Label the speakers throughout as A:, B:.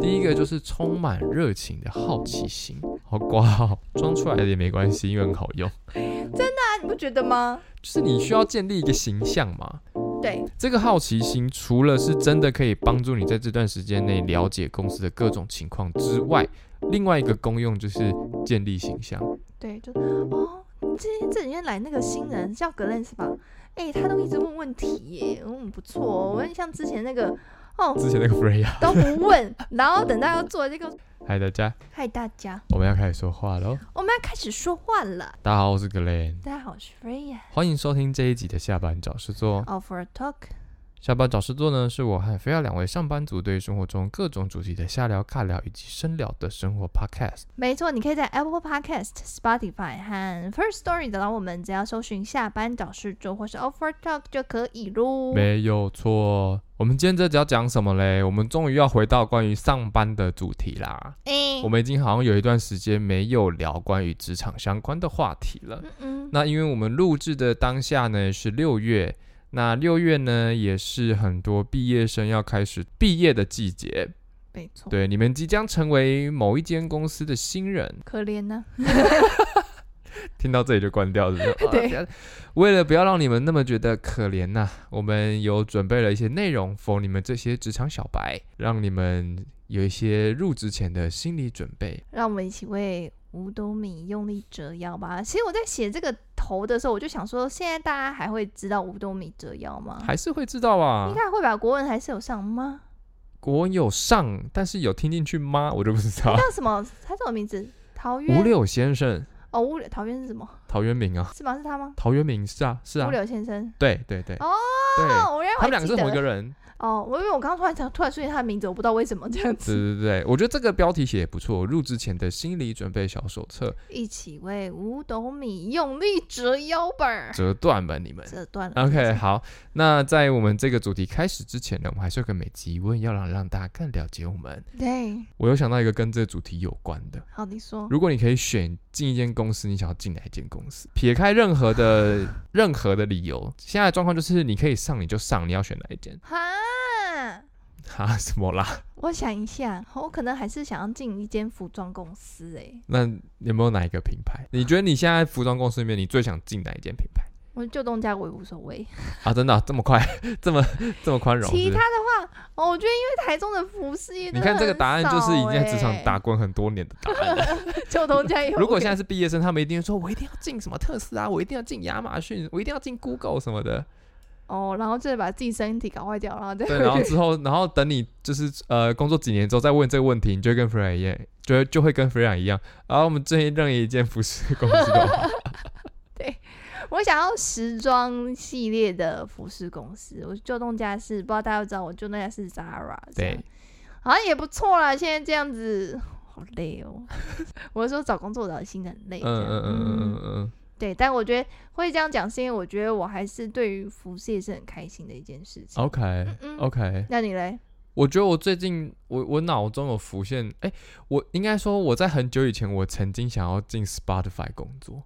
A: 第一个就是充满热情的好奇心，好瓜哦，装出来的也没关系，因为很好用。
B: 那你不觉得吗？
A: 就是你需要建立一个形象嘛。
B: 对，
A: 这个好奇心除了是真的可以帮助你在这段时间内了解公司的各种情况之外，另外一个功用就是建立形象。
B: 对，就哦，这这几天来那个新人叫格伦是吧？哎、他都一直问问题耶，嗯，不错哦。我问像之前那个哦
A: 之前那个 Freya，
B: 都不问， 然后等到要做这个，
A: 嗨大家，
B: 嗨大家，
A: 我们要开始说话喽。
B: 我们要开始说话了。
A: 大家好，我是 Glen，
B: 大家好，我是 Freya
A: 欢迎收听这一集的下班找事做。
B: of our talk。
A: 下班找事做呢，是我和菲亚两位上班族对生活中各种主题的瞎聊、尬聊以及深聊的生活 Podcast。
B: 没错，你可以在 Apple Podcast、Spotify 和 First Story 找到我们，只要搜寻“下班找事做”或是 “Offer Talk” 就可以喽。
A: 没有错，我们今天这集要讲什么嘞？我们终于要回到关于上班的主题啦。
B: 哎
A: 我们已经好像有一段时间没有聊关于职场相关的话题了。
B: 嗯嗯，
A: 那因为我们录制的当下呢是六月，那六月呢也是很多毕业生要开始毕业的季节。
B: 没错，
A: 对，你们即将成为某一间公司的新人，
B: 可怜呢、
A: 听到这里就关掉了。是不是
B: 对
A: 啊不要为了不要让你们那么觉得可怜呐、我们有准备了一些内容，for 你们这些职场小白，让你们有一些入职前的心理准备。
B: 让我们一起为五斗米用力折腰吧。其实我在写这个头的时候，我就想说，现在大家还会知道五斗米折腰吗？
A: 还是会知道
B: 嗯
A: 啊，
B: 应该会吧，国文还是有上吗？
A: 国文有上，但是有听进去吗？我就不知 道。
B: 叫什么？他叫什么名字？陶
A: 五
B: 渊
A: 柳先生，
B: 哦，五柳陶渊是什么？
A: 陶渊明啊，
B: 是吗？是他吗？
A: 陶渊明是啊，是啊
B: 五，柳先生。
A: 对对对，
B: 哦
A: 对，
B: 哦，我原来
A: 他
B: 我还
A: 们两个
B: 记
A: 是同一
B: 得
A: 个人。
B: 哦，我因为我刚刚突然想，突然出现他的名字，我不知道为什么这样
A: 对
B: 子。
A: 对对，我觉得这个标题写也不错，入职前的心理准备小手册，
B: 一起为五斗米用力折腰吧。
A: 折断吧你们。
B: 折断了。
A: OK，好，那在我们这个主题开始之前呢，我们还是有个每集疑问，要让让大家更了解我们。
B: 对，
A: 我有想到一个跟这个主题有关的，
B: 好，你说。
A: 如果你可以选进一间公司，你想要进哪一间公司？撇开任何的任何的理由，现在的状况就是你可以上你就上，你要选哪一间？
B: 哈，
A: 哈，什么啦？
B: 我想一下，我可能还是想要进一间服装公司诶、欸
A: 那有没有哪一个品牌？你觉得你现在服装公司里面，你最想进哪一间品牌？
B: 我就东家我也无所谓。
A: 啊，真的啊、这么快， 这么这么宽容
B: 其
A: 是不
B: 他
A: 是？
B: 的话，哦，我觉得因为台中的服饰业真
A: 你
B: 的
A: 看这个
B: 很
A: 答案就是已经在职
B: 少
A: 场
B: 欸
A: 打，滚很多年的答案了。
B: 就东家也 有。
A: 如果现在是毕业生，他们一定会说：“我一定要进什么特斯拉，我一定要进亚马逊，我一定要进 Google 什么的。
B: 哦，然后就是把自己身体搞坏掉，然后”再
A: 对，然后之后，然后等你就是呃工作几年之后再问这个问题，你就会跟 Freya 一样，就会就会跟 Freya 一样。然后我们最近任意一间服饰公司都好
B: 我想要时装系列的服饰公司，我旧东家是不知道大家知道，我旧东家是 Zara，这样
A: 对，
B: 好像也不错啦。现在这样子好累哦， 我是说找工作找新的很累
A: 嗯
B: 这样，
A: 嗯嗯嗯嗯嗯，
B: 对。但我觉得会这样讲，是因为我觉得我还是对于服饰也是很开心的一件事情。
A: ，OK
B: 嗯
A: OK。
B: 那你嘞？
A: 我觉得我最近我我脑中有浮现，哎、我应该说我在很久以前我曾经想要进 Spotify 工作，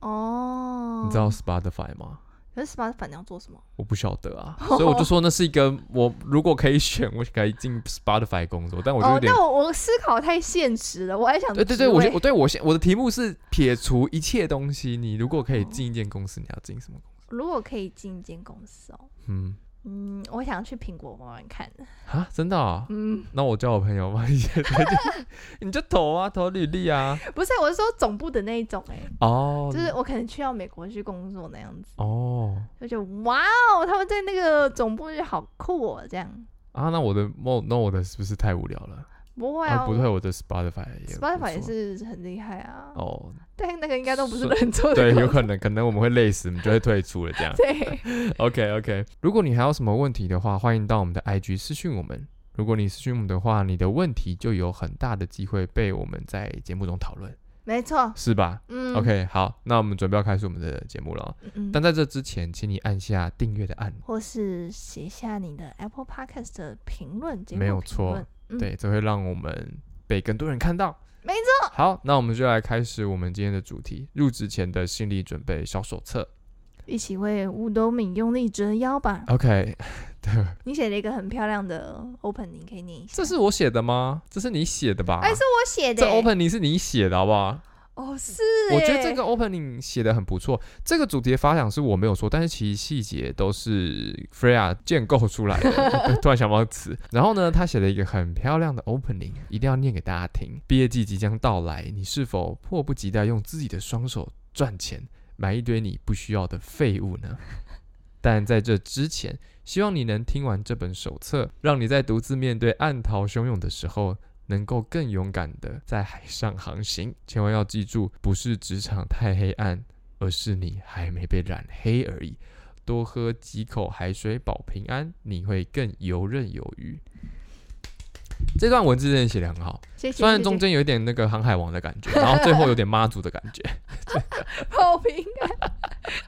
B: 哦，
A: 你知道？Spotify 吗？
B: 可是 Spotify 你要做什么？
A: 我不晓得啊，
B: 哦
A: 所以我就说那是一个我如果可以选，我可以进 Spotify 工作，但我就有
B: 哦，
A: 点、
B: 那我欸我思考太现实了，我还想
A: 对对对，我觉
B: 职位
A: 得我对我现我的题目是撇除一切东西，你如果可以进一间公司，你要进什么公司？
B: 如果可以进一间公司哦，
A: 嗯，
B: 嗯，我想去苹果玩玩看。
A: 啊，真的啊、
B: 嗯，
A: 那我叫我朋友帮你写推荐，你就投啊，投履历 啊，
B: 不是，我是说总部的那一种、欸，
A: 哦，
B: 就是我可能去到美国去工作那样子，
A: 哦
B: 就觉得哇哦，他们在那个总部就好酷哦，这样
A: 啊，那我的梦，那我的是不是太无聊了？
B: 不会啊。
A: 啊，不对，我的 Spotify 也不
B: Spotify 也
A: 错
B: 是很厉害啊，
A: 哦，
B: 但那个应该都不是
A: 是
B: 人做的
A: 对，有
B: 工作。
A: 可能，可能我们会累死，我们就会退出了这样。
B: 对，
A: OK OK，如果你还有什么问题的话，欢迎到我们的 IG 私讯我们。如果你私讯我们的话，你的问题就有很大的机会被我们在节目中讨论，
B: 没错。
A: 是吧、
B: 嗯
A: o k 好，那我们准备要开始我们的节目了哦。
B: 嗯
A: 但在这之前，请你按下订阅的按钮，
B: 或是写下你的 Apple Podcast 的评论，节目
A: 没有
B: 评
A: 错
B: 论。嗯
A: 对，这会让我们被更多人看到。
B: 没
A: 错。好，那我们就来开始我们今天的主题——入职前的心理准备小手册。啊
B: 一起为五斗米用力折腰吧。
A: OK，
B: 你写了一个很漂亮的 open，你可以念一下。
A: 这是我写的吗？这是你写的吧？
B: 哎、是我写的
A: 这
B: 欸、
A: opening 是你写的好不好？
B: 哦，是、欸。
A: 我觉得这个 opening 写的很不错。这个主题的发想是我没有说，但是其实细节都是 Freya 建构出来的。 突然想不到词。然后呢，他写了一个很漂亮的 opening，一定要念给大家听。毕业季即将到来，你是否迫不及待用自己的双手赚钱，买一堆你不需要的废物呢？ 但在这之前，希望你能听完这本手册，让你在独自面对暗潮汹涌的时候，能够更勇敢的在海上航行。千万要记住，不是职场太黑暗，而是你还没被染黑而已。多喝几口海水保平安，你会更游刃有余。这段文字真的写得很好，
B: 谢谢。
A: 虽然
B: 谢
A: 中
B: 谢
A: 间有一点那个航海王的感觉，然后最后有点妈祖的感 觉。
B: 好平安，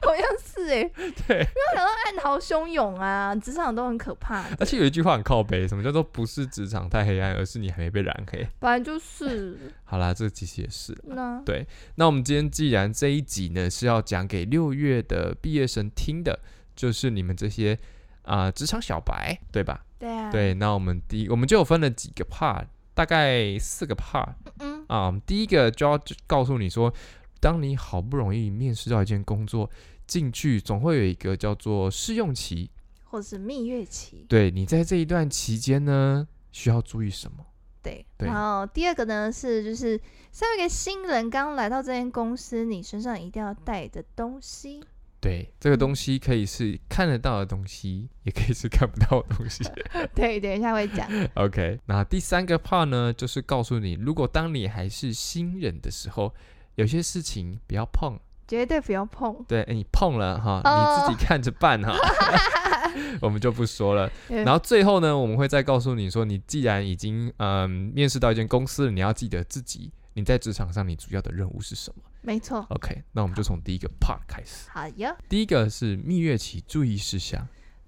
B: 好像是哎、
A: 对
B: 因为我想到暗潮汹涌啊，职场都很可怕的，
A: 而且有一句话很靠背，什么叫做不是职场太黑暗，而是你还没被染黑。
B: 本来就是
A: 好啦，这其实也是。
B: 那
A: 对那我们今天既然这一集呢是要讲给六月的毕业生听的，就是你们这些啊、呃职场小白，对吧？
B: 对啊，，
A: 对，那我们第一我们就有分了几个 part，大概四个 part
B: 嗯，
A: 啊、我们第一个就要告诉你说，当你好不容易面试到一件工作，进去总会有一个叫做试用期，
B: 或是蜜月期，
A: 对你在这一段期间呢需要注意什么？
B: 对，
A: 对
B: 然后第二个呢是就是身为一个新人刚来到这间公司，你身上一定要带的东西，
A: 对，这个东西可以是看得到的东西，也可以是看不到的东西。
B: 对，等一下会 讲，
A: OK，那第三个 part 呢，就是告诉你，如果当你还是新人的时候，有些事情不要碰。
B: 绝对不要碰，
A: 对，诶哎你碰了哈，
B: 哦
A: 你自己看着办哈。我们就不说了。
B: 然
A: 然后最后呢，我们会再告诉你说，你既然已经嗯面试到一间公司了，你要记得自己你在职场上你主要的任务是什么。
B: 没错，
A: OK，那我们就从第一个 part 开始。
B: 好呀，
A: 第一个是蜜月期注意事项，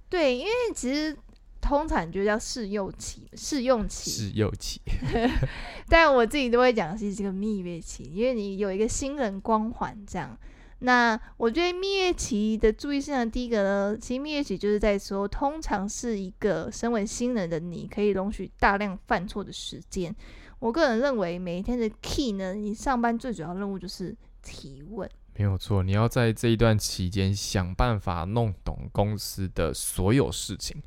B: 对，因为其实。通常就叫试用期，试用期
A: 试用期。
B: 但我自己都会讲是这个蜜月期，因为你有一个新人光环这样。那我觉得蜜月期的注意事项，第一个呢，其实蜜月期就是在说，通常是一个身为新人的你可以容许大量犯错的时间。我个人认为，每一天的 key 呢，你上班最主要任务就是提问。
A: 没有错，你要在这一段期间想办法弄懂公司的所有事情，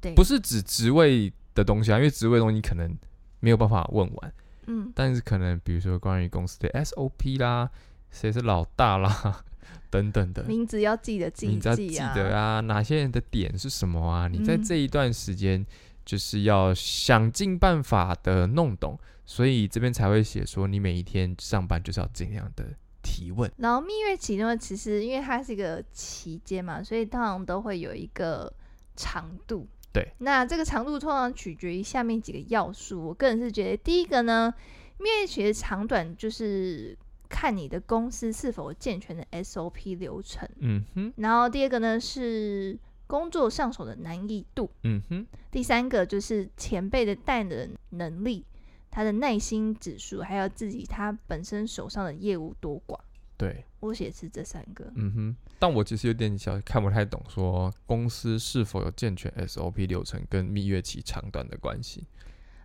B: 对，
A: 不是指职位的东西啊，因为职位的东西你可能没有办法问完，
B: 嗯，
A: 但是可能比如说关于公司的 SOP 啦，谁是老大啦 等等的，
B: 名字要记得记
A: 你
B: 一
A: 只要记
B: 记啊。
A: 得啊，哪些人的点是什么啊？你在
B: 嗯
A: 这一段时间就是要想尽办法的弄懂，所以这边才会写说你每一天上班就是要尽量的提问。
B: 然后蜜月期呢，其实因为它是一个期间嘛，所以通常都会有一个长度。
A: 对，
B: 那这个长度通常取决于下面几个要素。我个人是觉得，第一个呢，蜜月期的长短就是看你的公司是否有健全的 SOP 流程。
A: 嗯哼，
B: 然后第二个呢是工作上手的难易度。
A: 嗯哼。
B: 第三个就是前辈的带人能力，他的耐心指数，还有自己他本身手上的业务多寡。
A: 对，
B: 我写的是这三个。
A: 嗯哼，但我其实有点小看不太懂，说公司是否有健全 SOP 流程跟蜜月期长短的关系。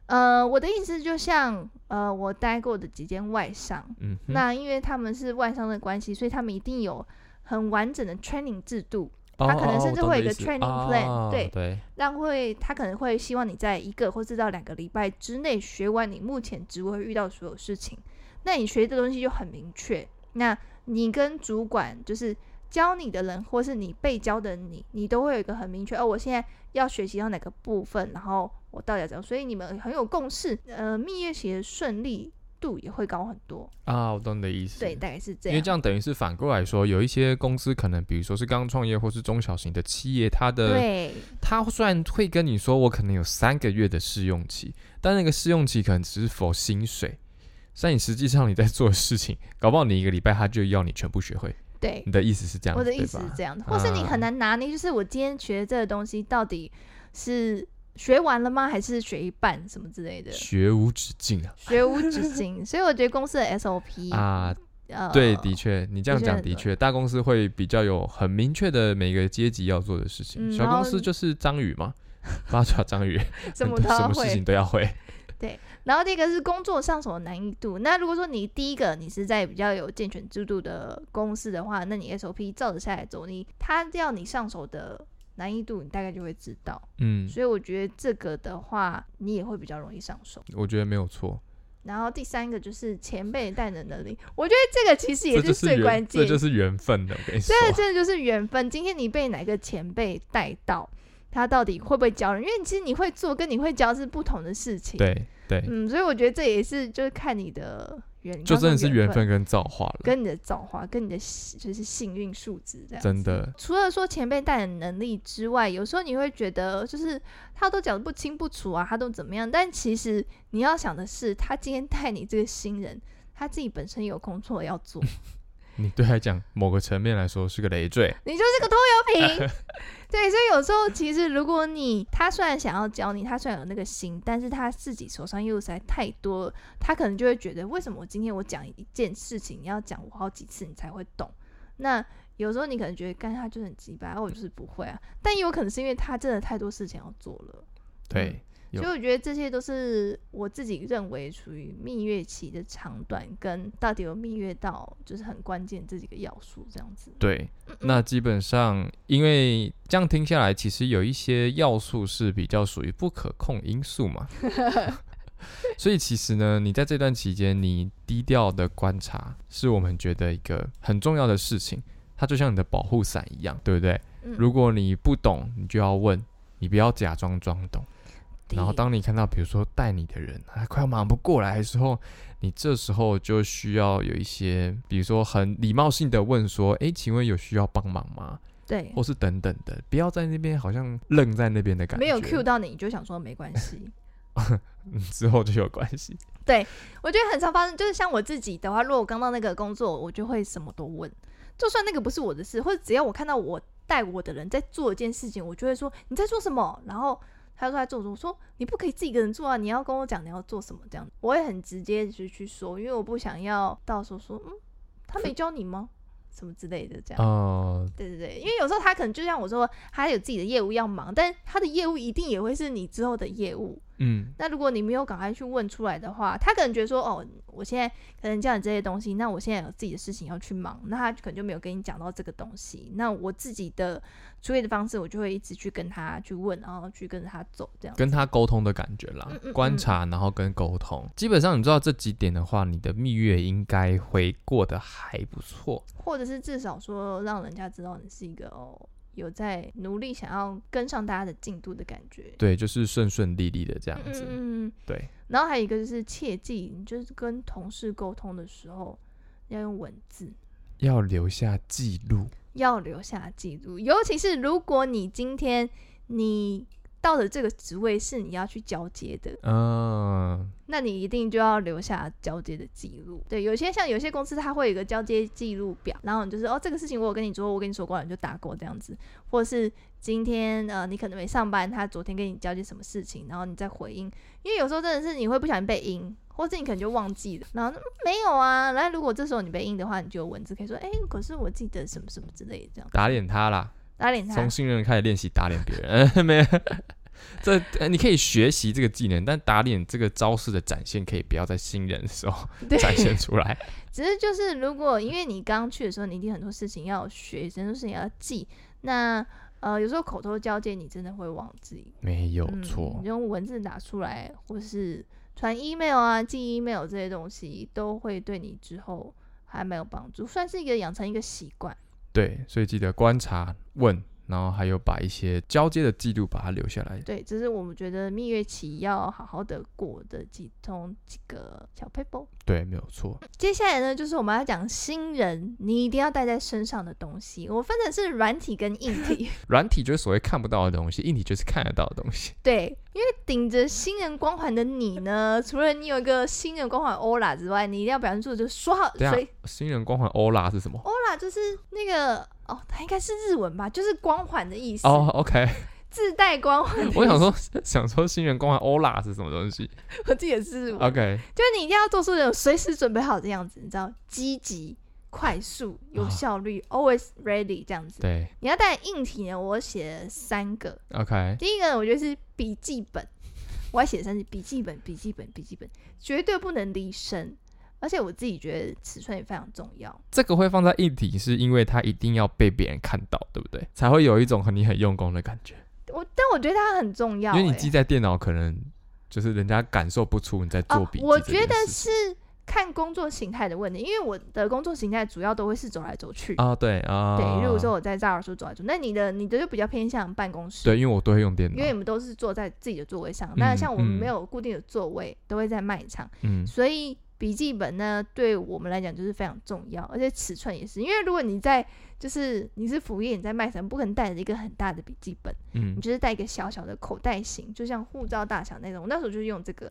B: 呃，我的意思就像呃，我待过的几间外商，
A: 嗯哼，
B: 那因为他们是外商的关系，所以他们一定有很完整的 training 制度，
A: 哦
B: 他可能
A: 哦
B: 甚至
A: 我懂
B: 会
A: 你
B: 有一
A: 意
B: 个
A: 思
B: training plan，
A: 哦
B: 对
A: 对，
B: 让会他可能会希望你在一个或至到两个礼拜之内学完你目前职务会遇到所有事情。那你学的东西就很明确，那你跟主管就是教你的人，或是你被教的你，你都会有一个很明确哦，我现在要学习到哪个部分，然后我到底要怎样，所以你们很有共识。呃，蜜月期的顺利度也会高很多，
A: 啊，我懂你的意思。
B: 对，大概是这
A: 因
B: 样。
A: 为这样等于是反过来说，有一些公司可能，比如说是刚创业或是中小型的企业，它的
B: 对
A: 它虽然会跟你说我可能有三个月的试用期，但那个试用期可能只是否薪水，但你实际上你在做的事情，搞不好你一个礼拜他就要你全部学会。
B: 对，
A: 你的意思是这样
B: 我
A: 子，
B: 的
A: 对
B: 意思是
A: 吧？嗯
B: 这样，或是你很难拿捏，就是我今天学这个东西到底是学完了吗，还是学一半什么之类的，
A: 学无止境啊。
B: 学无止境。所以我觉得公司的 SOP
A: 啊，
B: 呃，
A: 对，的确，你这样
B: 确
A: 讲
B: 很
A: 的
B: 多
A: 确，大公司会比较有很明确的每个阶级要做的事情。
B: 嗯
A: 小
B: 然
A: 公
B: 后
A: 司就是章鱼 嘛，八爪章鱼，
B: 什
A: 很
B: 么
A: 多
B: 都
A: 什
B: 要
A: 么事
B: 会
A: 情。都要会。
B: 然后第一个是工作上什么难易度。那如果说你第一个你是在比较有健全制度的公司的话，那你 SOP 照着下来走，你他要你上手的难易度，你大概就会知道。
A: 嗯，
B: 所以我觉得这个的话，你也会比较容易上手。
A: 我觉得没有错，
B: 然后第三个就是前辈带的能力，我觉得这个其实也
A: 这就是
B: 最关
A: 缘，
B: 键
A: 这，就是缘分的。我跟你说，
B: 这真的就是缘分。今天你被哪个前辈带到，他到底会不会教人？因为其实你会做跟你会教是不同的事情。，
A: 对对，
B: 嗯，所以我觉得这也是就是看你的呃缘，
A: 就真的是
B: 缘
A: 缘分，跟造化了，
B: 跟你的造化，跟你的幸就是幸运数值这样。
A: 真的。
B: 除了说前辈带的能力之外，有时候你会觉得就是他都讲的不清不楚啊，他都怎么样？但其实你要想的是，他今天带你这个新人，他自己本身有工作要做，
A: 你对他来讲某个层面来说是个累赘，
B: 你就是 个拖油瓶。对，所以有时候其实如果你他虽然想要教你，他虽然有那个心，但是他自己手上业务实在太多了，他可能就会觉得为什么我今天我讲一件事情，你要讲我好几次你才会懂？那有时候你可能觉得干他就是很鸡巴，啊我就是不会啊，但也有可能是因为他真的太多事情要做了。嗯
A: 对，有
B: 所以我觉得这些都是我自己认为属于蜜月期的长短，跟到底有蜜月到就是很关键这几个要素这样子。
A: 对，那基本上，因为这样听下来，其实有一些要素是比较属于不可控因素嘛。所以其实呢，你在这段期间，你低调的观察，是我们觉得一个很重要的事情。它就像你的保护伞一样，对不对？
B: 嗯
A: 如果你不懂，你就要问，你不要假装装懂。然后
B: 第一
A: 当你看到比如说带你的人他快要忙不过来的时候，你这时候就需要有一些，比如说很礼貌性的问说：“诶，请问有需要帮忙吗？”
B: 对，
A: 或是等等的，不要在那边好像愣在那边的感觉，
B: 没有 cue 到你，你就想说没关系。
A: 嗯之后就有关系。
B: 我觉得很常发生，就是像我自己的话，如果我刚到那个工作，我就会什么都问，就算那个不是我的事，或者只要我看到我带我的人在做一件事情，我就会说你在做什么，然后。他就说在做什么，我说你不可以自己一个人做啊！你要跟我讲你要做什么这样子，我也很直接就去说，因为我不想要到时候说嗯，他没教你吗？什么之类的这样。
A: 呃，
B: 对对对，因为有时候他可能就像我说，他有自己的业务要忙，但他的业务一定也会是你之后的业务，
A: 嗯，
B: 那如果你没有赶快去问出来的话，他可能觉得说，哦，我现在可能教你这些东西，那我现在有自己的事情要去忙，那他可能就没有跟你讲到这个东西。那我自己的处理的方式，我就会一直去跟他去问，然后去跟着他走这样。
A: 跟他沟通的感觉啦，
B: 嗯嗯
A: 观
B: 嗯
A: 察然后跟沟通，基本上你知道这几点的话，你的蜜月应该会过得还不错。
B: 或者是至少说让人家知道你是一个哦有在努力想要跟上大家的进度的感觉。
A: 对，就是顺顺利利的这样
B: 嗯
A: 子。
B: 嗯嗯。
A: 对，
B: 然后还有一个就是切记，你就是跟同事沟通的时候要用文字。
A: 要留下记录。
B: 要留下记录，尤其是如果你今天你到的这个职位是你要去交接的，
A: 嗯，
B: 那你一定就要留下交接的记录。对，有些像有些公司它会有一个交接记录表，然后你就是哦这个事情我有跟你说，我跟你说过了，你就打勾这样子，或是今天呃你可能没上班，他昨天跟你交接什么事情，然后你再回应，因为有时候真的是你会不小心被阴。或是你可能就忘记了，然后说嗯没有啊。然后如果这时候你被阴的话，你就有文字可以说，哎、可是我记得什么什么之类的这样。
A: 打脸他啦，
B: 打脸他
A: 从，新人开始练习打脸别人， 没有。这呃你可以学习这个技能，但打脸这个招式的展现可以不要在新人的时候
B: 对，
A: 展现出 来。
B: 只是就是如果因为你刚去的时候，你一定很多事情要学，很多事情要记，那呃有时候口头交接你真的会忘记，
A: 没有
B: 嗯
A: 错
B: 你，用文字打出来，或是传 email 啊、寄 email 这些东西，都会对你之后还蛮有帮助，算是一个养成一个习惯。
A: 对，所以记得观察、问，然后还有把一些交接的记录把它留下来。
B: 对，这是我们觉得蜜月期要好好的过的其中几个小 paper。
A: 对，没有错。
B: 接下来呢，就是我们要讲新人你一定要带在身上的东西，我分成是软体跟硬体。
A: 软体就是所谓看不到的东西，硬体就是看得到的东西。
B: 对，因为顶着新人光环的你呢，除了你有一个新人光环 OLA 之外，你一定要表现出就是说好，
A: 等一
B: 所以
A: 下，新人光环欧拉是什么？
B: OLA 就是那个哦，它应该是日文吧，就是光环的意思。
A: 哦，OK，
B: 自带光环。
A: 我想，说，想说新人光环欧拉是什么东 西
B: 我自己也是，就
A: ？OK，
B: 是你一定要做出那种随时准备好的样子，你知道，积极、快速、有
A: 啊
B: 效率、always ready 这样子。
A: 对
B: 你要带硬体呢，我写了三个，
A: ，OK，
B: 第一个呢我觉得是笔记本，我还写了三次笔记本，笔记本，笔记本，绝对不能离身。而且我自己觉得尺寸也非常重要，
A: 这个会放在一体，是因为它一定要被别人看到，对不对？才会有一种很你很用功的感觉，
B: 我但我觉得它很重要、
A: 因
B: 欸，
A: 为你记在电脑，可能就是人家感受不出你在做
B: 哦
A: 笔、记
B: 我
A: 这
B: 觉
A: 件
B: 得
A: 事情
B: 是看工作形态的问题，因为我的工作形态主要都会是走来走去。
A: 啊，对啊，
B: 对，例如说我在赵老师走来走，那你的你的就比较偏向办公室，
A: 对，因为我都会用电
B: 因为
A: 脑，
B: 你们都是坐在自己的座位上。那
A: 嗯
B: 像我们
A: 嗯
B: 没有固定的座位，都会在卖场，
A: 嗯，
B: 所以笔记本呢，对我们来讲就是非常重要，而且尺寸也是，因为如果你在就是你是服务业，你在卖场，不可能带着一个很大的笔记本。
A: 嗯
B: 你，就是带一个小小的口袋型，就像护照大小那种。我那时候就是用这个，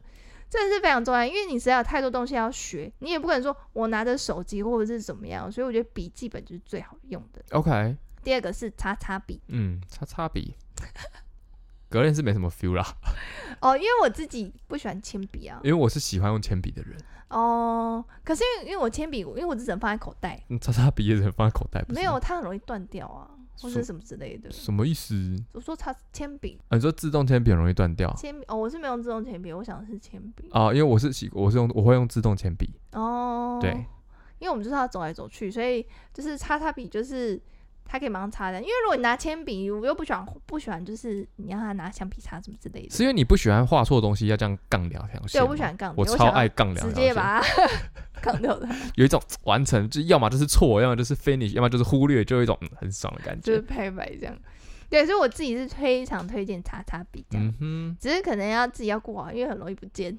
B: 真的是非常重要，因为你实在有太多东西要学，你也不可能说我拿着手机或者是怎么样，所以我觉得笔记本就是最好用的。
A: OK，
B: 第二个是叉叉笔
A: 嗯，叉叉笔，格练是没什么 feel 啦，
B: 哦，因为我自己不喜欢铅笔啊
A: 因，为我是喜欢用铅笔的人，
B: 哦，可是因为因为我铅笔，因为我只能放在口袋，
A: 嗯叉叉笔也只能放在口袋，不是
B: 没有它很容易断掉啊，或者
A: 是
B: 什么之类的
A: 吗。什么意思？
B: 我说叉铅笔，
A: 啊你说自动铅笔很容易断掉
B: 铅笔哦，我是没有用自动铅笔，我想的是铅笔
A: 啊？因为我是喜，我是用我会用自动铅笔，
B: 哦，
A: 对，
B: 因为我们就是要走来走去，所以就是擦擦笔，就是它可以马上擦掉。因为如果你拿铅笔，我又不喜欢不喜欢，就是你让他拿橡皮擦什么之类的。
A: 是因为你不喜欢画错东西要这样杠两条线
B: 对，
A: 吗，
B: 我不喜欢杠
A: 我
B: 掉，我
A: 超
B: 想要
A: 爱杠两
B: 直
A: 条
B: 接
A: 线，
B: 把它 杠掉的，
A: 有一种嘖完成，就要么就是错，要么就是 finish，要么就是忽略，就有一种嗯很爽的感
B: 就
A: 觉
B: 是。拍白这样。对，所以我自己是非常推荐擦擦笔这样。
A: 嗯哼，
B: 只是可能要自己要顾好，因为很容易不见。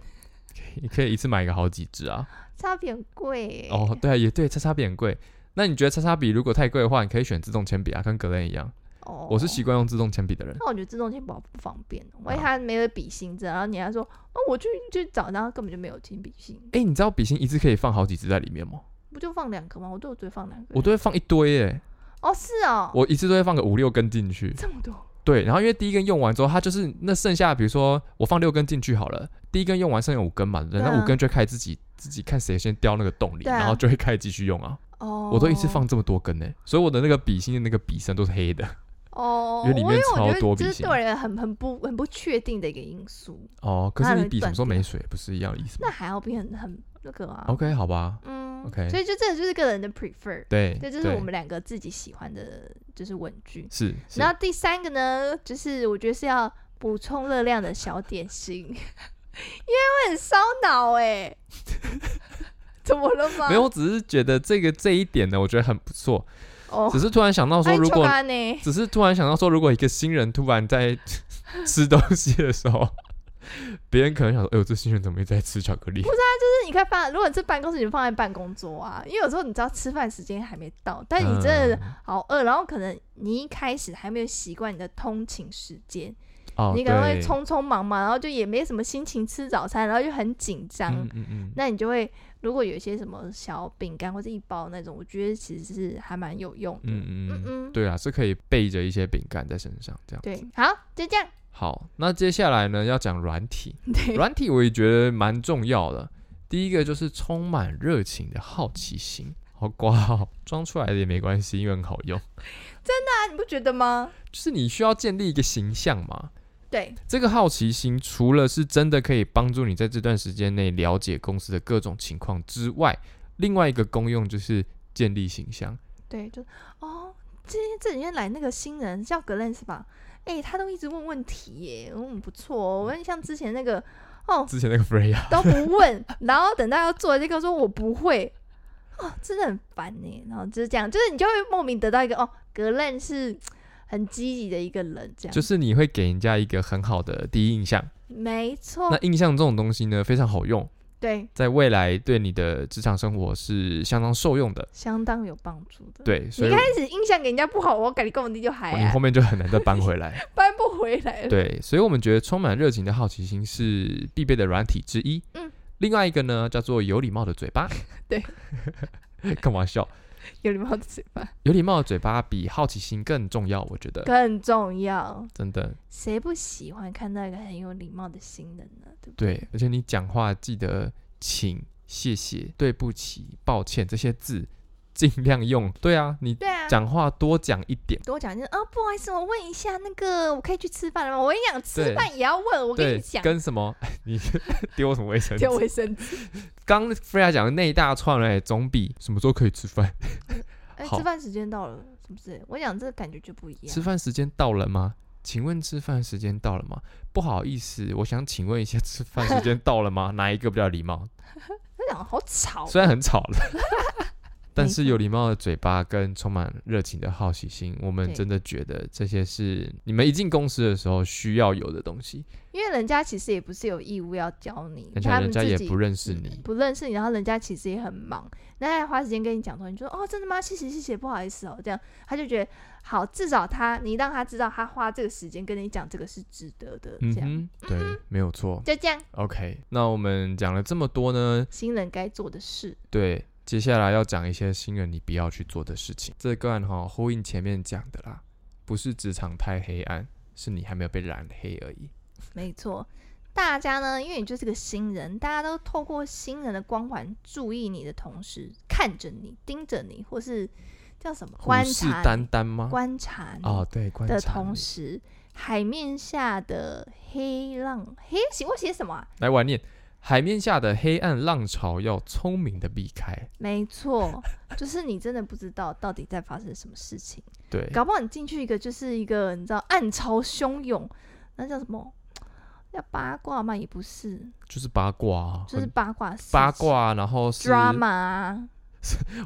A: 你可以一次买个好几支啊。
B: 擦笔很贵耶、
A: 哦，对啊，也对，叉叉笔很贵。那你觉得叉叉笔如果太贵的话，你可以选自动铅笔啊，跟格雷一样。
B: 哦
A: 我是习惯用自动铅笔的人。
B: 那我觉得自动铅笔好不方便哦，万一
A: 啊
B: 它没有笔芯子，然后你还说哦，我去去找，然后根本就没有铅笔芯，
A: 哎、你知道笔芯一次可以放好几支在里面吗？
B: 不就放两个吗？我都有只放两个。
A: 我都会放一堆耶、
B: 哦，是哦，
A: 我一次都会放个五六根进去。
B: 这么多
A: 对，然后因为第一根用完之后，它就是那剩下，比如说我放六根进去好了，第一根用完剩下五根嘛，
B: 对
A: 然
B: 啊
A: 后五根就会开始自己自己看谁先掉那个洞里，
B: 对啊
A: 然后就会开始继续用啊。
B: 哦，
A: 我都一次放这么多根呢、所以我的那个笔芯的那个笔身都是黑的。
B: 哦，
A: 因为里面
B: 我因为我
A: 超
B: 觉得
A: 多
B: 这
A: 笔
B: 是
A: 芯
B: 对人很很不很不确定的一个因素。
A: 哦，可
B: 它
A: 是
B: 容
A: 你
B: 易
A: 笔什
B: 断
A: 么时候
B: 掉
A: 没水，不是一样的意思
B: 那
A: 吗
B: 还好，比很很那个啊
A: ？OK，好吧，
B: 嗯
A: OK
B: 所以就这个就是个人的 prefer，
A: 对，
B: 这就是我们两个自己喜欢的，就是文具。
A: 是是
B: 然后第三个呢，就是我觉得是要补充热量的小点心， 因为会很烧脑哎。 怎么了吗？
A: 没有，我只是觉得这个这一点呢，我觉得很不错。
B: 哦。
A: 只是突然想到说，
B: 哎
A: 如
B: 秋
A: 果嗯
B: 干呢？
A: 只是突然想到说，如果一个新人突然在 吃东西的时候， 别人可能想说：“哎呦，这新人怎么一直在吃巧克力
B: 你看放，如果你是办公室，你就放在办公桌啊，因为有时候你知道吃饭时间还没到，但你真的
A: 嗯
B: 好饿，然后可能你一开始还没有习惯你的通勤时间，？”
A: 哦，
B: 你可能会
A: 对，
B: 匆匆忙忙，然后就也没什么心情吃早餐，然后就很紧张，
A: 嗯嗯嗯，
B: 那你就会如果有一些什么小饼干或者一包那种，我觉得其实是还蛮有用的。
A: 嗯
B: 嗯
A: 嗯嗯，
B: 嗯，
A: 对啊，是可以备着一些饼干在身上这样。
B: 对，好，就这样，
A: 好，那接下来呢，要讲软体，
B: 对，
A: 软体我也觉得蛮重要的。第一个就是充满热情的好奇心，好瓜哦，装出来的也没关系，因为很好用。
B: 那你不觉得吗？
A: 就是你需要建立一个形象嘛，
B: 对，
A: 这个好奇心除了是真的可以帮助你在这段时间内了解公司的各种情况之外，另外一个功用就是建立形象。
B: 对，就哦，今天这几天来那个新人叫格伦是吧？哎、他都一直问问题耶，嗯，不错哦。我问像之前那个哦
A: 之前那个 Freya，
B: 都不 问，然后等到要做这个说我不会，哦，真的很烦呢。然后就是这样，就是你就会莫名得到一个哦，格伦是很积极的一个人，这样
A: 就是你会给人家一个很好的第一印象。
B: 没错
A: 那，印象这种东西呢，非常好用，
B: 对，
A: 在未来对你的职场生活是相当受用的。
B: 相当有帮助的。，
A: 对，所
B: 你
A: 以
B: 开始印象给人家不好，我感觉跟我弟就还
A: 你
B: 啊
A: 后面就很难再搬回 来。
B: 搬不回来了。
A: 对，所以我们觉得充满热情的好奇心是必备的软体之一。
B: 嗯
A: 另外一个呢叫做有礼貌的嘴巴。
B: 对，
A: 干嘛笑？
B: 有礼貌的嘴 巴
A: 有礼貌的嘴巴比好奇心更重要，我觉得
B: 更重要。
A: 真的
B: 谁不喜欢看到一个很有礼貌的新人呢？对不对？
A: 对。而且你讲话记得请、谢谢、对不起、抱歉这些字，尽量用。对啊，你
B: 对啊，
A: 讲话多讲一点。
B: 多讲一点。哦，不好意思，我问一下，那个我可以去吃饭了吗？我跟你讲，吃
A: 对
B: 饭也要问。我跟
A: 对
B: 你， 讲，
A: 跟什么？ 你丢什么卫生纸
B: 丢？卫 生纸。
A: 刚 Freya 讲的那一大串嘞，总比什么时候可以吃饭、
B: 哎，
A: 好
B: 吃饭时间到了，是不是？我讲这个感觉就不一
A: 吃
B: 样。
A: 饭时间到了吗？请问吃饭时间到了吗？不好意思，我想请问一下，吃饭时间到了吗？ 哪一个比较礼貌？
B: 他讲好吵哦，
A: 虽然很吵 了，但是
B: 没错
A: 有礼貌的嘴巴跟充满热情的好奇心，我们
B: 对
A: 真的觉得这些是你们一进公司的时候需要有的东西，
B: 因为人家其实也不是有义务要教你，
A: 而且
B: 他
A: 人
B: 们
A: 家
B: 自
A: 也
B: 己
A: 不认识你
B: 嗯。不认识你，然后人家其实也很忙，那他还花时间跟你讲说，你就说哦，真的吗？谢谢谢谢，不好意思哦，这样他就觉得好，至少他你让他知道他花这个时间跟你讲这个是值得的，
A: 嗯
B: 这样、
A: 哼，对， 没有错。
B: 就这样，
A: OK，那我们讲了这么多呢，
B: 新人该做的事，
A: 对，接下来要讲一些新人你不要去做的事情。这个案哈、呼应前面讲的啦，不是职场太黑暗，是你还没有被染黑而已。
B: 没错。大家呢，因为你就是个新人，大家都透过新人的光环注意你的同时，看着你、盯着你，或是叫什么
A: 虎
B: 观
A: 视
B: 察你
A: 眈眈吗？
B: 观察你
A: 哦，对，观察
B: 的
A: 你
B: 同时，海面下的黑浪，黑写我写什么、啊？
A: 来晚念。海面下的黑暗浪潮要聪明的避开，
B: 没错，就是你真的不知道到底在发生什么事情，
A: 对，
B: 搞不好你进去一个就是一个你知道暗潮汹涌，那叫什么？要八卦嘛也不是，
A: 就是八卦啊，
B: 就是
A: 很
B: 八卦事
A: 八
B: 情
A: 卦，然后是
B: drama 啊，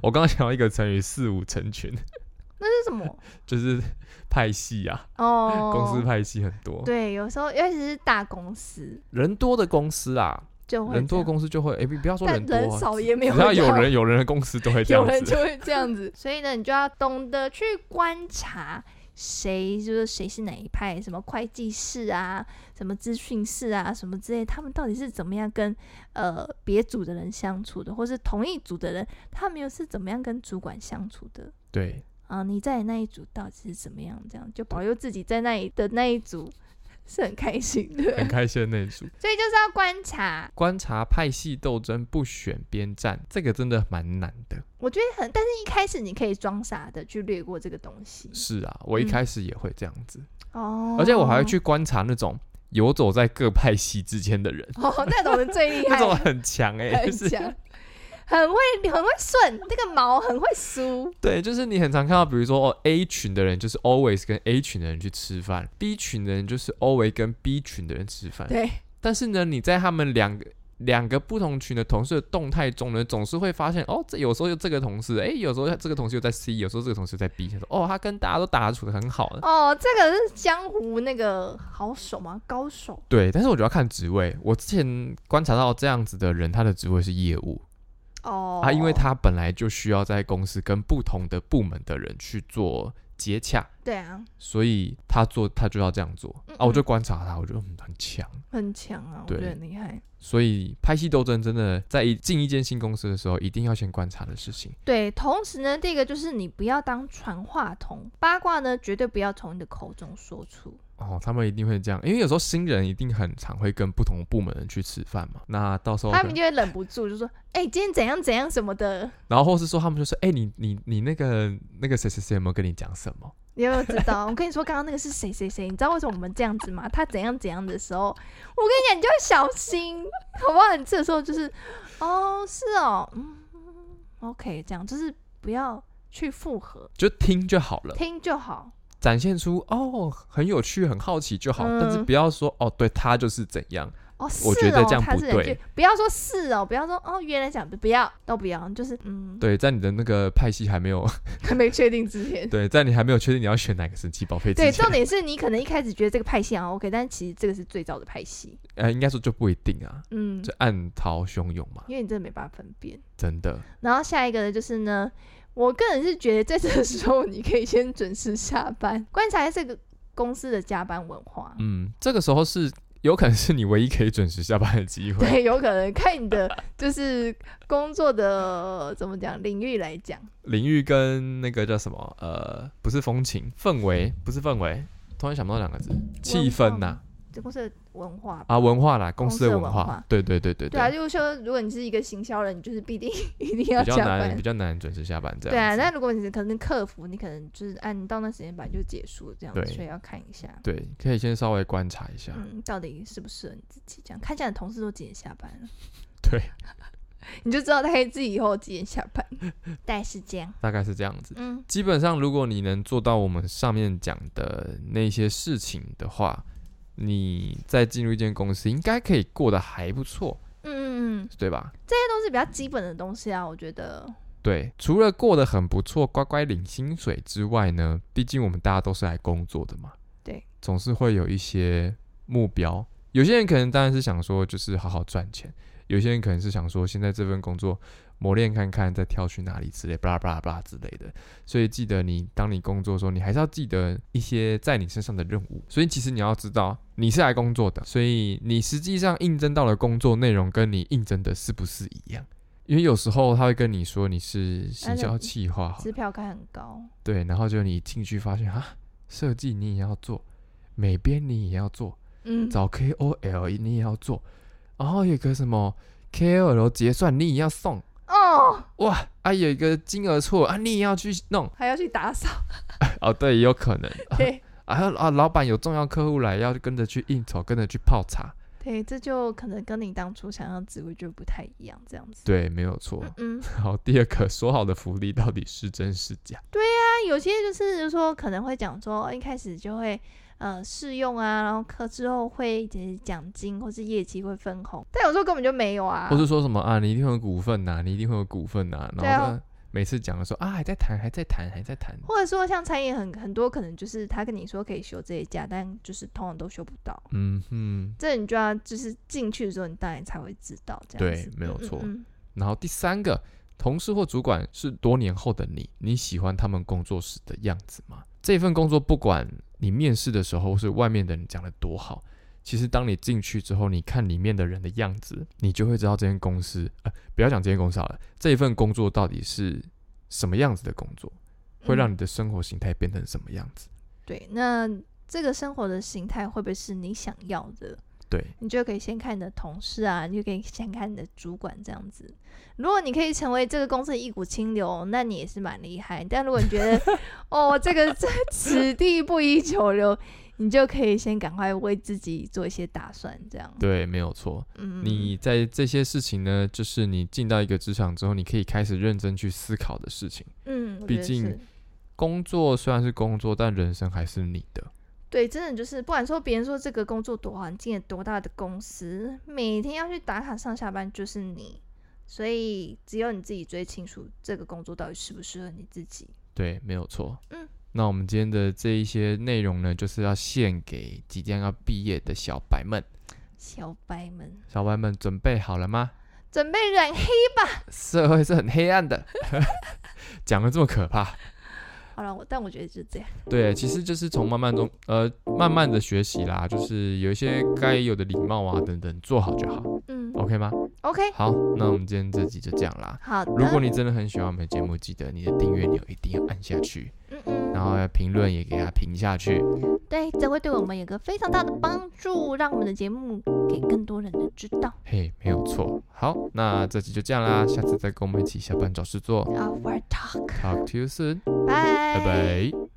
A: 我刚刚想到一个成语“四五成群
B: 那是什么？”，
A: 就是派系啊，
B: 哦，
A: 公司派系很多，
B: 对，有时候尤其是大公司
A: 人多的公司啦，
B: 就会
A: 人多的
B: 这样
A: 公司就会，哎，不要说
B: 但
A: 多
B: 人
A: 啊，
B: 少也没有
A: 只要
B: 这
A: 有
B: 样
A: 人有人的公司 都会这
B: 有
A: 样
B: 人
A: 子。
B: 就会这样 子。所以呢，你就要懂得去观察谁，就是谁是哪一派，什么会计室啊，什么资讯室啊，什么之类，他们到底是怎么样跟呃别组的人相处的，或是同一组的人，他们又是怎么样跟主管相处的。
A: 对，
B: 啊，你在那一组到底是怎么样？这样就保佑自己在那里的那一组是很开心 的，
A: 很开心的那一组。
B: 所以就是要观察。
A: 观察派系斗争，不选边站，这个真的蛮难的。
B: 我觉得很，但是一开始你可以装傻的去略过这个东西
A: 是啊，我一
B: 嗯
A: 开始也会这样子，
B: 哦，
A: 而且我还会去观察那种游走在各派系之间 的人，
B: 哦，那种人最厉
A: 那
B: 害，
A: 种很强哎、就
B: 很
A: 是
B: 强，很会很会顺，那个毛很会 梳，
A: 对，就是你很常看到，比如说哦，A 群的人就是 always 跟 A 群的人去吃饭，B 群的人就是 always 跟 B 群的人吃饭。
B: 对，
A: 但是呢，你在他们两个两个不同群的同事的动态中呢，总是会发现哦，这有时候又这个同事，哎，有时候这个同事又在 C，有时候这个同事又在 B，他说哦，他跟大家都打得处的很好的。
B: 哦，这个是江湖那个好手吗？高手
A: 对，但是我觉得要看职位。我之前观察到这样子的人，他的职位是业务，
B: 哦，
A: 啊，因为他本来就需要在公司跟不同的部门的人去做接洽，
B: 对啊，
A: 所以他做他就要这样做
B: 嗯
A: 啊。我
B: 嗯
A: 就观察他，我觉得嗯很强。
B: 很强啊，我
A: 对
B: 觉得很厉害。
A: 所以拍戏斗争真的在一进一间新公司的时候，一定要先观察的事情。
B: 对，同时呢，第一个就是你不要当传话筒，八卦呢绝对不要从你的口中说出。
A: 哦，他们一定会这样，因为有时候新人一定很常会跟不同部门人去吃饭嘛。那到时候
B: 他
A: 可能，
B: 们就会忍不住就说：“哎、今天怎样怎样什么的，
A: 然后或是说他们就说，哎、你你你那个那个谁谁谁有没有跟你讲什么？
B: 你有没有知道？我跟你说，刚刚那个是谁谁谁？你知道为什么我们这样子吗？他怎样怎样的时候，我跟你讲，你就要小心，好不好？你这时候就是，哦，是哦，嗯，OK，这样就是不要去附和，
A: 就听就好了，
B: 听就好。
A: 展现出哦很有趣、很好奇就好，但是
B: 嗯
A: 不要说哦对他就是怎样，
B: 哦，是
A: 我觉得
B: 哦，
A: 这样
B: 他
A: 不
B: 是哪
A: 对
B: 句，不要说是哦，不要说哦，原来讲的，不要，都不要，就是嗯，
A: 对，在你的那个派系还没 有。
B: 还没确定之前
A: 对，在你还没有确定你要选哪个神奇宝贝之
B: 对，
A: 前
B: 重，点是你可能一开始觉得这个派系啊 OK，但其实这个是最早的派系，
A: 呃，应该说就不一定啊，
B: 嗯
A: 就，暗潮汹涌嘛，
B: 因为你真的没办法分辨。
A: 真的
B: 然后下一个呢，就是呢，我个人是觉得在这个时候你可以
A: 嗯
B: 先准时下班，观察一下这个公司的加班文化。
A: 嗯，这个时候是有可能是你唯一可以准时下班的机会。
B: 对，有可能看你的就是工作的怎么讲领域来讲，
A: 领域跟那个叫什么？呃，不是风情氛
B: 嗯
A: 围，不是氛围，突然想不到两个字，气氛啊呐、
B: 这公司的文化吧。
A: 啊，文化啦，公司的
B: 公司的
A: 文
B: 文
A: 化
B: 化，
A: 对对对对
B: 对啊，就是说，如果你是一个行销人，你就是必定 一定要
A: 比较
B: 下
A: 难，
B: 班
A: 比。较难准时下班这
B: 对啊，
A: 样子。
B: 那如果你是可能客服，你可能就是按到那时间板就结束了这样子，
A: 对
B: 所以要看一下，
A: 对，可以先稍微观察一下。
B: 嗯，到底适不适合你自己这样。看一下你同事都几点下班了，
A: 对，
B: 你就知道大概自己以后几点下班，大概是这样。
A: 大概是这样子。
B: 嗯，
A: 基本上，如果你能做到我们上面讲的那些事情的话，你再进入一间公司，应该可以过得还不错，
B: 嗯嗯嗯，
A: 对吧？
B: 这都是比较基本的东西啊，我觉得。
A: 对，除了过得很不错，乖乖领薪水之外呢，毕竟我们大家都是来工作的嘛，
B: 对，
A: 总是会有一些目标。有些人可能当然是想说，就是好好赚钱；有些人可能是想说，现在这份工作磨练看看，再跳去哪里之类，巴拉巴拉巴拉之类的。所以记得你当你工作的时候，你还是要记得一些在你身上的任务。所以其实你要知道，你是来工作的，所以你实际上应征到的工作内容跟你应征的是不是一样？因为有时候他会跟你说你是行销企划好了，
B: 支票开很高，
A: 对，然后就你进去发现啊，设计你也要做，美编你也要做，
B: 嗯，
A: 找 KOL 你也要做，然后有个什么 KOL 结算你也要送，
B: 哦，
A: 哇啊有一个金额错啊你也要去弄，
B: 还要去 打扫，
A: 哦对，也有可能，
B: 对
A: 啊还有啊老板有重要客户来要跟着去应酬，跟着去泡茶，
B: 对，这就可能跟你当初想要的职位就不太一样，这样子。
A: 对，啊没有错。
B: 嗯，
A: 好，第二个说好的福利到底是真是假？
B: 那有些就是就是说可能会讲说一开始就会呃试用啊，然后课之后会就是奖金或是业绩会分红，但有时候根本就没有啊。
A: 或是说什么啊，你一定会有股份呐、你一定会有股份呐、
B: 对
A: 然
B: 啊
A: 后呢每次讲的说啊还在谈，还在谈，还在谈，
B: 或者说像餐饮很很多可能就是他跟你说可以休这一假，但就是通常都休不到，
A: 嗯哼，
B: 这你就要就是进去的时候你当然才会知道这样
A: 对
B: 子。
A: 没有
B: 嗯
A: 错
B: 嗯嗯
A: 然后第三个，同事或主管是多年后的你，你喜欢他们工作时的样子吗？这份工作不管你面试的时候是外面的人讲的多好，其实当你进去之后，你看里面的人的样子，你就会知道这间公司，呃，不要讲这间公司好了，这一份工作到底是什么样子的工作，会让你的生活形态变成什么样子？
B: 嗯对，那这个生活的形态会不会是你想要的？
A: 对，
B: 你就可以先看你的同事啊，你就可以先看你的主管这样子。如果你可以成为这个公司的一股清流，那你也是蛮厉害。但如果你 觉得哦，这个这此地不宜久留，你就可以先赶快为自己做一些打算，这样。
A: 对，没有错。
B: 嗯，
A: 你在这些事情呢，就是你进到一个职场之后，你可以开始认真去思考的事情。
B: 嗯，我
A: 毕
B: 觉得
A: 竟
B: 是
A: 工作虽然是工作，但人生还是你的。
B: 对，真的就是不管说别人说这个工作多好，你进了多大的公司，每天要去打卡上下班就是你，所以只有你自己最清楚这个工作到底适不适合你自己。
A: 对，没有错。
B: 嗯，
A: 那我们今天的这一些内容呢，就是要献给即将要毕业的小白们。
B: 小白们，
A: 小白们准备好了吗？
B: 准备染黑。
A: 社会是很黑暗的， 讲的这么可怕。
B: 好了，我但我觉得就这样。
A: 对，其实就是从慢慢中，呃，慢慢的学习啦，就是有一些该有的礼貌啊等等，做好就好
B: 嗯
A: ，OK 吗？
B: ，OK，
A: 好，那我们今天这集就这样啦。
B: 好的。
A: 如果你真的很喜欢我们的节目，记得你的订阅钮一定要按下去，
B: 嗯嗯，
A: 然后要评论也给它评下去。
B: 对，这会对我们有个非常大的帮助，让我们的节目给更多人的知道。
A: 嘿，没有错。好，那这集就这样啦，下次再跟我们一起下班找事做。
B: Our talk，
A: Talk to you soon，
B: 拜
A: 拜拜。